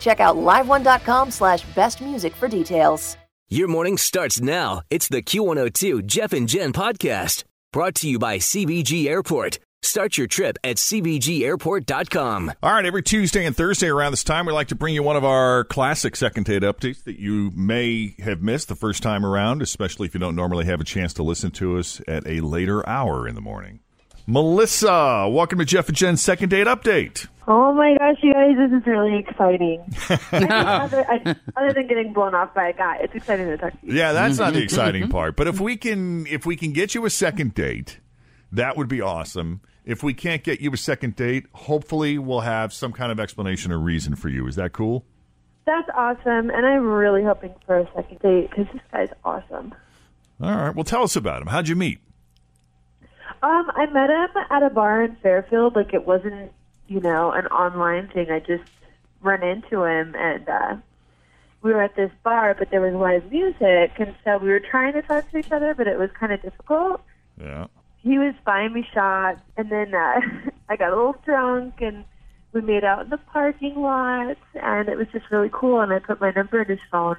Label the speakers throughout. Speaker 1: Check out liveone.com slash best music for details.
Speaker 2: Your morning starts now. It's the Q102 Jeff and Jen podcast brought to you by CBG Airport. Start your trip at CBGAirport.com.
Speaker 3: All right, every Tuesday and Thursday around this time, we like to bring you one of our classic second date updates that you may have missed the first time around, especially if you don't normally have a chance to listen to us at a later hour in the morning. Melissa, welcome to Jeff and Jen's second date update.
Speaker 4: Oh my gosh, you guys, this is really exciting. I mean, other, I, other than getting blown off by a guy, it's exciting to talk to you.
Speaker 3: Yeah, that's not the exciting part. But if we can if we can get you a second date, that would be awesome. If we can't get you a second date, hopefully we'll have some kind of explanation or reason for you. Is that cool?
Speaker 4: That's awesome, and I'm really hoping for a second date because this guy's awesome.
Speaker 3: All right. Well, tell us about him. How'd you meet?
Speaker 4: Um, I met him at a bar in Fairfield. Like it wasn't, you know, an online thing. I just run into him, and uh, we were at this bar, but there was live music, and so we were trying to talk to each other, but it was kind of difficult.
Speaker 3: Yeah.
Speaker 4: He was buying me shots, and then uh, I got a little drunk, and we made out in the parking lot, and it was just really cool. And I put my number in his phone,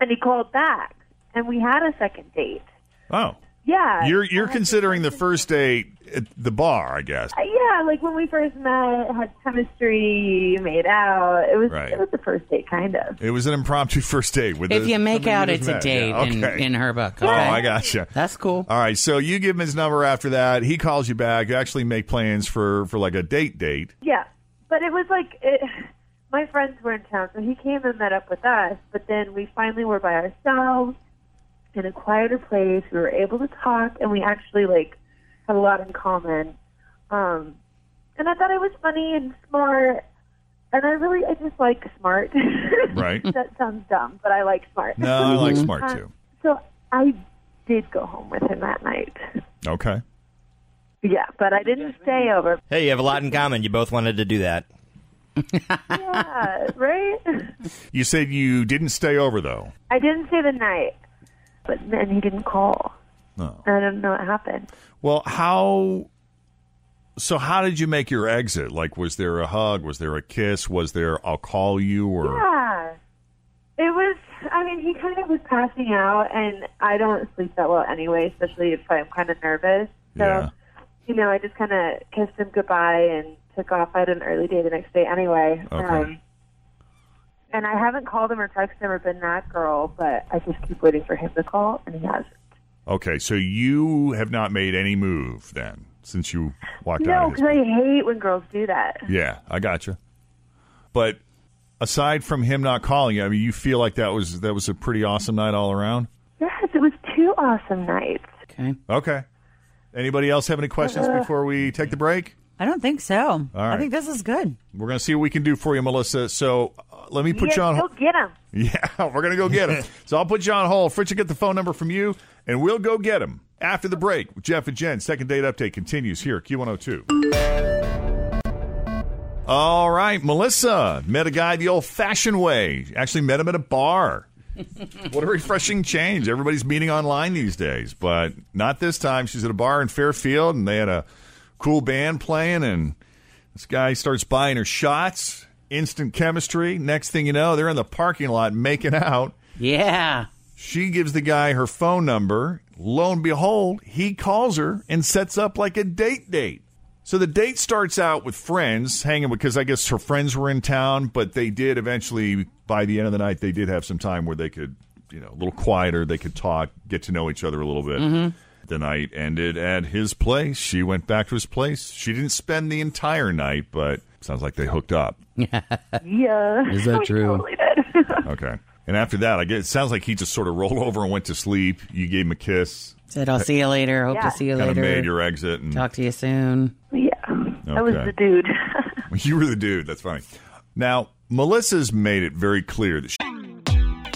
Speaker 4: and he called back, and we had a second date.
Speaker 3: Oh.
Speaker 4: Yeah,
Speaker 3: You're
Speaker 4: I
Speaker 3: you're
Speaker 4: had to-
Speaker 3: considering the first date at the bar, I guess.
Speaker 4: Uh, Yeah, like when we first met, had chemistry, made out. It was
Speaker 3: Right.
Speaker 4: it was the first date, kind of.
Speaker 3: It was an impromptu first date with
Speaker 5: If
Speaker 3: the-
Speaker 5: you make
Speaker 3: somebody
Speaker 5: out,
Speaker 3: just
Speaker 5: it's
Speaker 3: met.
Speaker 5: a date
Speaker 3: Yeah,
Speaker 5: in,
Speaker 3: okay.
Speaker 5: in her book.
Speaker 3: Oh,
Speaker 5: okay?
Speaker 3: I gotcha.
Speaker 5: That's cool.
Speaker 3: All right, so you give him his number after that. He calls you back. You actually make plans for for like a date date.
Speaker 4: Yeah, but it was like it, my friends were in town, so he came and met up with us. But then we finally were by ourselves in a quieter place. We were able to talk, and we actually like had a lot in common. Um, and I thought I was funny and smart, and I really I just like smart.
Speaker 3: Right.
Speaker 4: that sounds dumb, but I like smart.
Speaker 3: No, I like
Speaker 5: Mm-hmm.
Speaker 3: smart
Speaker 4: Uh,
Speaker 3: too.
Speaker 4: So I did go home with him that night.
Speaker 3: Okay.
Speaker 4: Yeah, but I didn't stay over.
Speaker 6: Hey, you have a lot in common. You both wanted to do that.
Speaker 4: Yeah, right?
Speaker 3: You said you didn't stay over though.
Speaker 4: I didn't stay the night, but then he didn't call.
Speaker 3: No.
Speaker 4: I don't know what happened.
Speaker 3: Well, how? So how did you make your exit? Like, was there a hug? Was there a kiss? Was there I'll call you or? Ah.
Speaker 4: Yeah. It was, I mean, he kind of was passing out, and I don't sleep that well anyway, especially if I'm kind of nervous. So,
Speaker 3: Yeah.
Speaker 4: you know, I just kind of kissed him goodbye and took off. I had an early day the next day anyway. Um,
Speaker 3: Okay.
Speaker 4: and I haven't called him or texted him or been that girl, but I just keep waiting for him to call, and he hasn't.
Speaker 3: Okay, so you have not made any move then since you walked out.
Speaker 4: No,
Speaker 3: of his
Speaker 4: because I hate when girls do that.
Speaker 3: Yeah, I gotcha. But aside from him not calling you, I mean, you feel like that was that was a pretty awesome night all around.
Speaker 4: Yes, it was two awesome nights.
Speaker 5: Okay.
Speaker 3: Okay. Anybody else have any questions
Speaker 4: Uh,
Speaker 3: before we take the break?
Speaker 7: I don't think so.
Speaker 3: right.
Speaker 7: I think this is good.
Speaker 3: We're going to see what we can do for you, Melissa. So uh, let me put
Speaker 4: yes,
Speaker 3: you on.
Speaker 4: go
Speaker 3: hold.
Speaker 4: get him.
Speaker 3: Yeah, we're going to go get him. so I'll put you on hold. Fritz, will get the phone number from you, and we'll go get him after the break. oh with Jeff and Jen, second date update continues here at Q102. All right, Melissa met a guy the old-fashioned way. Actually, met him at a bar. what a refreshing change! Everybody's meeting online these days, but not this time. She's at a bar in Fairfield, and they had a cool band playing, and this guy starts buying her shots. Instant chemistry. Next thing you know, they're in the parking lot making out.
Speaker 5: Yeah.
Speaker 3: She gives the guy her phone number. Lo and behold, he calls her and sets up like a date date. So the date starts out with friends hanging because I guess her friends were in town, but they did eventually, by the end of the night, they did have some time where they could, you know, a little quieter, they could talk, get to know each other a little bit. The night ended at his place. She went back to his place. She didn't spend the entire night, but sounds like they hooked up.
Speaker 4: Yeah.
Speaker 5: Is that
Speaker 4: We
Speaker 5: true?
Speaker 4: totally did.
Speaker 3: Okay. And after that, I guess it sounds like he just sort of rolled over and went to sleep. You gave him a kiss,
Speaker 5: Said I'll see you later. Hope
Speaker 4: Yeah.
Speaker 5: to see you
Speaker 3: kind of
Speaker 5: later.
Speaker 3: made your exit, and
Speaker 5: Talk to you soon.
Speaker 4: yeah. I was
Speaker 3: Okay.
Speaker 4: the dude.
Speaker 3: you were the dude. That's funny. Now, Melissa's made it very clear that she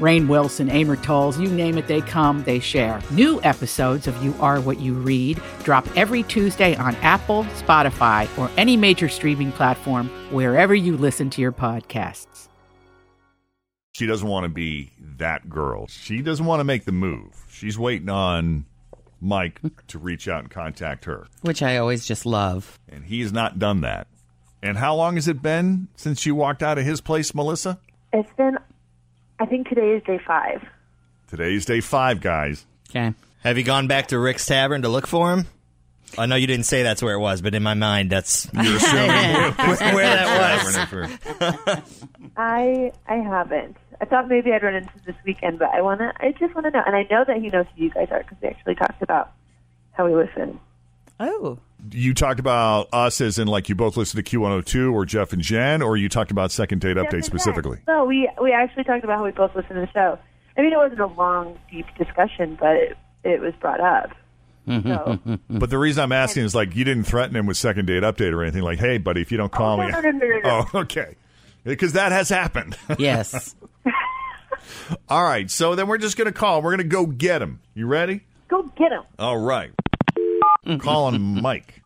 Speaker 8: Rain Wilson, Amor Tolls, you name it, they come, they share. New episodes of You Are What You Read drop every Tuesday on Apple, Spotify, or any major streaming platform wherever you listen to your podcasts.
Speaker 3: she doesn't want to be that girl. She doesn't want to make the move. She's waiting on Mike to reach out and contact her,
Speaker 5: Which I always just love.
Speaker 3: and he's not done that. And how long has it been since you walked out of his place, Melissa?
Speaker 4: It's been, I think today is day five.
Speaker 3: Today's day five, guys.
Speaker 5: Okay.
Speaker 6: Have you gone back to Rick's Tavern to look for him? I know you didn't say that's where it was, but in my mind, that's
Speaker 3: You're assuming
Speaker 6: where that was.
Speaker 4: I I haven't. I thought maybe I'd run into this weekend, but I wanna. I just wanna know, and I know that he knows who you guys are because we actually talked about how we listen.
Speaker 7: Oh,
Speaker 3: you talked about us as in like you both listen to Q102 or Jeff and Jen, or you talked about second date update specifically.
Speaker 4: No, we we actually talked about how we both listen to the show. I mean, it wasn't a long, deep discussion, but it, it was brought up. So,
Speaker 3: But the reason I'm asking is like you didn't threaten him with second date update or anything like, hey, buddy, if you don't call
Speaker 4: Oh,
Speaker 3: me.
Speaker 4: no, no, no, no, no, no.
Speaker 3: Oh, okay. Because that has happened.
Speaker 5: Yes.
Speaker 3: All right. So then we're just going to call. We're going to go get him. You ready?
Speaker 4: go get him.
Speaker 3: All right. Calling Mike.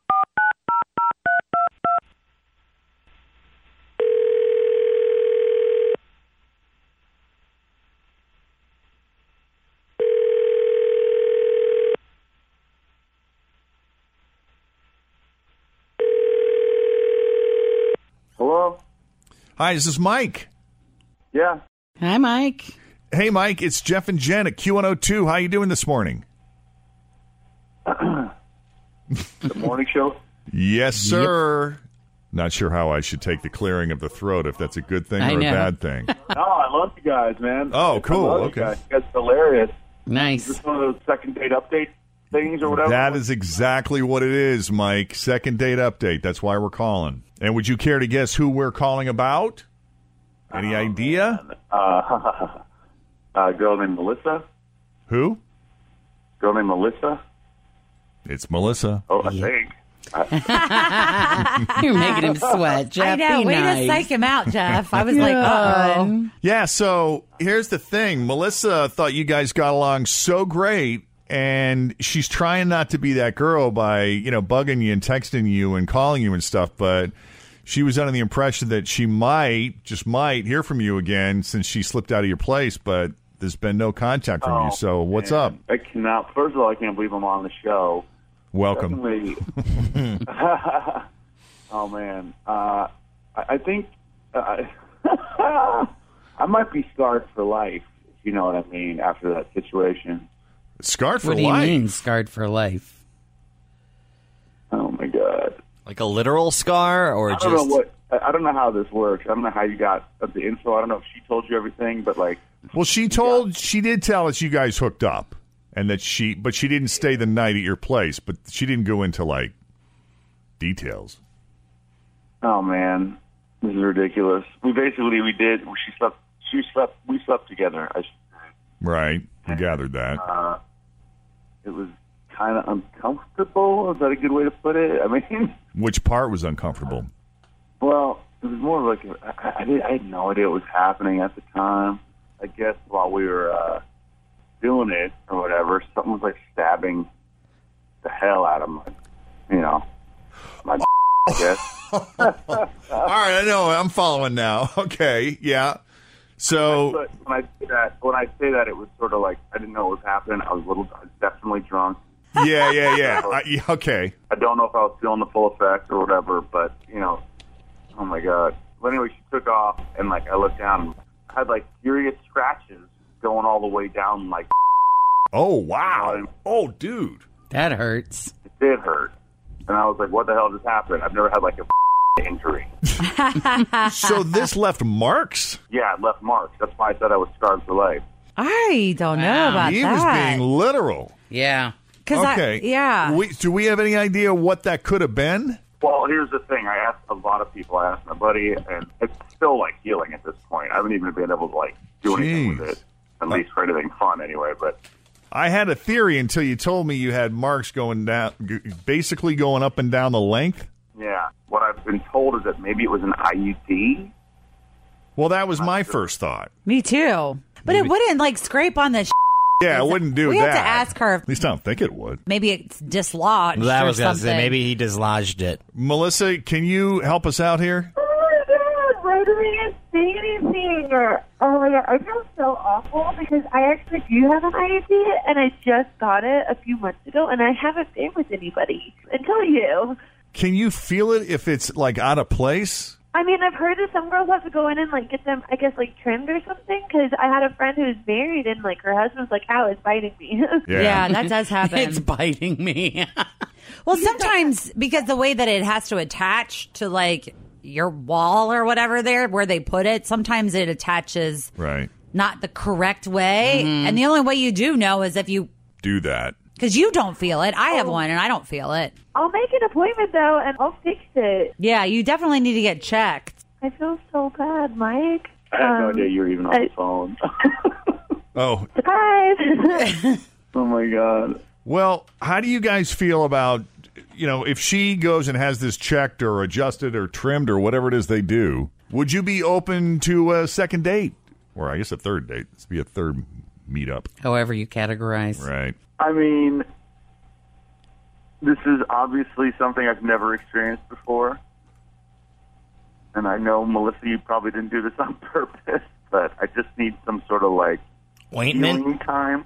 Speaker 9: Hello?
Speaker 3: Hi, this is Mike.
Speaker 9: Yeah.
Speaker 5: Hi, Mike.
Speaker 3: Hey, Mike. It's Jeff and Jen at Q102. How you doing this morning?
Speaker 9: The morning show?
Speaker 3: Yes, sir. Not sure how I should take the clearing of the throat, if that's a good thing
Speaker 5: I
Speaker 3: or
Speaker 5: know.
Speaker 3: a bad thing.
Speaker 9: No, I love you guys, man.
Speaker 3: Oh,
Speaker 9: I
Speaker 3: cool.
Speaker 9: love
Speaker 3: Okay.
Speaker 9: You guys. You guys are hilarious.
Speaker 5: Nice.
Speaker 9: Just one of those second date update things or whatever.
Speaker 3: that is exactly what it is, Mike. Second date update. That's why we're calling. And would you care to guess who we're calling about? Any idea?
Speaker 9: Oh, Uh, a girl named Melissa.
Speaker 3: Who?
Speaker 9: Girl named Melissa.
Speaker 3: It's Melissa.
Speaker 9: Oh, I think.
Speaker 5: You're making him sweat, Jeff.
Speaker 7: I know.
Speaker 5: Be
Speaker 7: Way
Speaker 5: nice.
Speaker 7: to psych him out, Jeff. I was like, uh
Speaker 3: Yeah, so here's the thing. Melissa thought you guys got along so great and she's trying not to be that girl by, you know, bugging you and texting you and calling you and stuff, but she was under the impression that she might, just might hear from you again since she slipped out of your place, but there's been no contact from you. So what's up?
Speaker 9: I cannot. First of all, I can't believe I'm on the show.
Speaker 3: Welcome.
Speaker 9: Secondly, oh man, uh, I, I think uh, I might be scarred for life. If you know what I mean after that situation.
Speaker 3: Scarred for
Speaker 5: What do you
Speaker 3: life.
Speaker 5: mean, scarred for life?
Speaker 9: Oh my god.
Speaker 6: Like a literal scar, or
Speaker 9: I
Speaker 6: just
Speaker 9: don't know what. I I don't know how this works. I don't know how you got the info. I don't know if she told you everything, but like,
Speaker 3: Well, she told she did tell us you guys hooked up and that she but she didn't stay the night at your place, but she didn't go into like details.
Speaker 9: oh man, This is ridiculous. We basically we did. She slept. She slept. We slept together. I,
Speaker 3: Right. We gathered that.
Speaker 9: uh, it was kind of uncomfortable. Is that a good way to put it? I mean,
Speaker 3: Which part was uncomfortable?
Speaker 9: well, it was more like I, I, did, I had no idea what was happening at the time. I guess while we were uh, doing it or whatever, something was like stabbing the hell out of my, you know, my. I guess.
Speaker 3: All right, I know. I'm following now. Okay, yeah. So,
Speaker 9: But when I say that, when I say that, it was sort of like I didn't know what was happening. I was a little, I was definitely drunk.
Speaker 3: yeah, yeah, yeah. I, yeah, okay.
Speaker 9: I don't know if I was feeling the full effect or whatever, but you know, oh my god. But anyway, she took off, and like I looked down, and I had like furious scratches going all the way down. Like
Speaker 3: Oh, wow. Oh, dude.
Speaker 5: That hurts.
Speaker 9: it did hurt, and I was like, "What the hell just happened?" I've never had like a injury.
Speaker 3: So this left marks.
Speaker 9: Yeah, it left marks. That's why I said I was scarred for life.
Speaker 7: I don't know about
Speaker 3: he
Speaker 7: that.
Speaker 3: was being literal.
Speaker 5: Yeah.
Speaker 7: 'Cause I-
Speaker 3: okay.
Speaker 7: yeah.
Speaker 3: We, do we have any idea what that could have been?
Speaker 9: Well, here's the thing. I asked a lot of people. I asked my buddy, and it's still like healing at this point. I haven't even been able to like do anything with it, at least for anything fun, anyway. But
Speaker 3: I had a theory until you told me you had marks going down, g- basically going up and down the length.
Speaker 9: yeah, what I've been told is that maybe it was an E IUD.
Speaker 3: Well, that was my first thought.
Speaker 7: Me too. But it wouldn't like scrape on the. Sh-
Speaker 3: Yeah, I wouldn't do
Speaker 7: we
Speaker 3: that.
Speaker 7: have to ask her.
Speaker 3: At least I don't think it would.
Speaker 7: Maybe it's dislodged.
Speaker 6: That
Speaker 7: or
Speaker 6: was gonna
Speaker 7: something.
Speaker 6: say maybe he dislodged it.
Speaker 3: Melissa, can you help us out here?
Speaker 4: Oh my god, Rotary and Sandy Theater. Oh my god, I feel so awful because I actually do have an IUD and I just got it a few months ago and I haven't been with anybody until you.
Speaker 3: Can you feel it if it's like out of place?
Speaker 4: I mean, I've heard that some girls have to go in and like get them, I guess, like trimmed or something. Because I had a friend who was married and like her husband's like, "Ow, it's biting me."
Speaker 7: Yeah. that does happen.
Speaker 5: It's biting me.
Speaker 7: well, sometimes because the way that it has to attach to like your wall or whatever there where they put it, sometimes it attaches
Speaker 3: Right.
Speaker 7: not the correct way. And the only way you do know is if you
Speaker 3: Do that.
Speaker 7: because you don't feel it. I have one and I don't feel it.
Speaker 4: I'll make an appointment though, and I'll fix it.
Speaker 7: Yeah, you definitely need to get checked.
Speaker 4: I feel so bad, Mike.
Speaker 9: I had no
Speaker 4: Um,
Speaker 9: idea you were even on
Speaker 4: I-
Speaker 9: the phone.
Speaker 3: Oh,
Speaker 4: Surprise!
Speaker 9: oh my god.
Speaker 3: well, how do you guys feel about, you know, if she goes and has this checked or adjusted or trimmed or whatever it is they do, would you be open to a second date? Or I guess a third date. This would be a third meetup.
Speaker 5: However you categorize.
Speaker 3: Right.
Speaker 9: I mean, this is obviously something I've never experienced before, and I know Melissa, you probably didn't do this on purpose, but I just need some sort of like
Speaker 6: Ointment?
Speaker 9: healing time.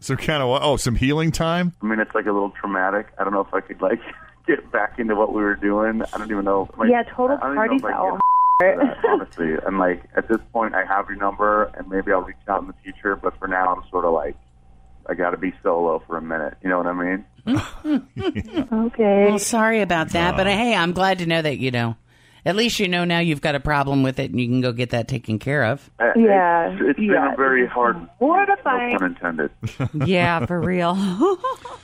Speaker 3: So kind of, oh, some healing time?
Speaker 9: I mean, it's like a little traumatic. I don't know if I could like get back into what we were doing. I don't even know. Like,
Speaker 4: Yeah, total
Speaker 9: I
Speaker 4: party
Speaker 9: don't even know if I
Speaker 4: foul.
Speaker 9: can get that, honestly, and like at this point, I have your number, and maybe I'll reach out in the future. But for now, I'm sort of like, I got to be solo for a minute. You know what I mean?
Speaker 4: okay.
Speaker 5: Well, sorry about that, but uh, hey, I'm glad to know that you know. At least you know now you've got a problem with it and you can go get that taken care of.
Speaker 9: I-
Speaker 4: Yeah,
Speaker 9: Uh, it's, it's been
Speaker 4: yeah.
Speaker 9: a very hard.
Speaker 4: Mortifying.
Speaker 9: No pun intended.
Speaker 7: Yeah, for real.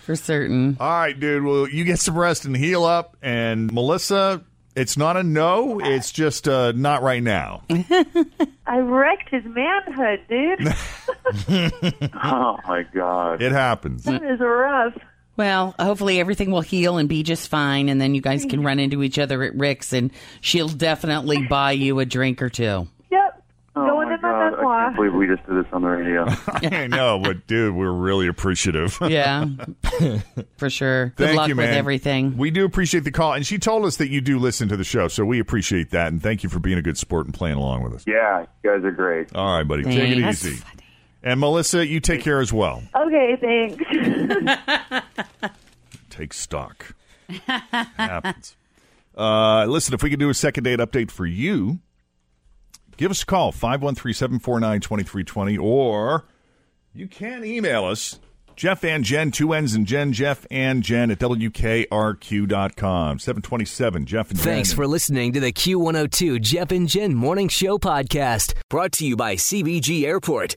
Speaker 5: For certain.
Speaker 3: All right, dude. Well, you get some rest and heal up. And Melissa, it's not a no. It's just uh, not right now.
Speaker 4: I wrecked his manhood, dude.
Speaker 9: oh my god.
Speaker 3: It happens.
Speaker 4: That is rough.
Speaker 5: Well, hopefully everything will heal and be just fine, and then you guys can run into each other at Rick's, and she'll definitely buy you a drink or two.
Speaker 4: Yep.
Speaker 9: Oh
Speaker 4: Going
Speaker 9: my
Speaker 4: in my
Speaker 9: god. I can't
Speaker 4: memoir.
Speaker 9: believe we just did this on the radio.
Speaker 3: I know, but dude, we're really appreciative.
Speaker 5: Yeah, for sure. Good
Speaker 3: Thank
Speaker 5: luck
Speaker 3: you, man.
Speaker 5: with everything.
Speaker 3: We do appreciate the call, and she told us that you do listen to the show, so we appreciate that, and thank you for being a good sport and playing along with us.
Speaker 9: yeah, you guys are great.
Speaker 3: All right, buddy, take it
Speaker 5: Thanks.
Speaker 3: easy. And Melissa, you take care as well.
Speaker 4: Okay, thanks.
Speaker 3: Take stock. Happens. Uh, listen, if we could do a second date update for you, give us a call 513-749-2320 or you can email us jeff and jen two n's and jen jeff and jen at wkrq.com 727 jeff and jen
Speaker 2: Thanks for listening to the Q102 Jeff and Jen Morning Show podcast, brought to you by CBG Airport.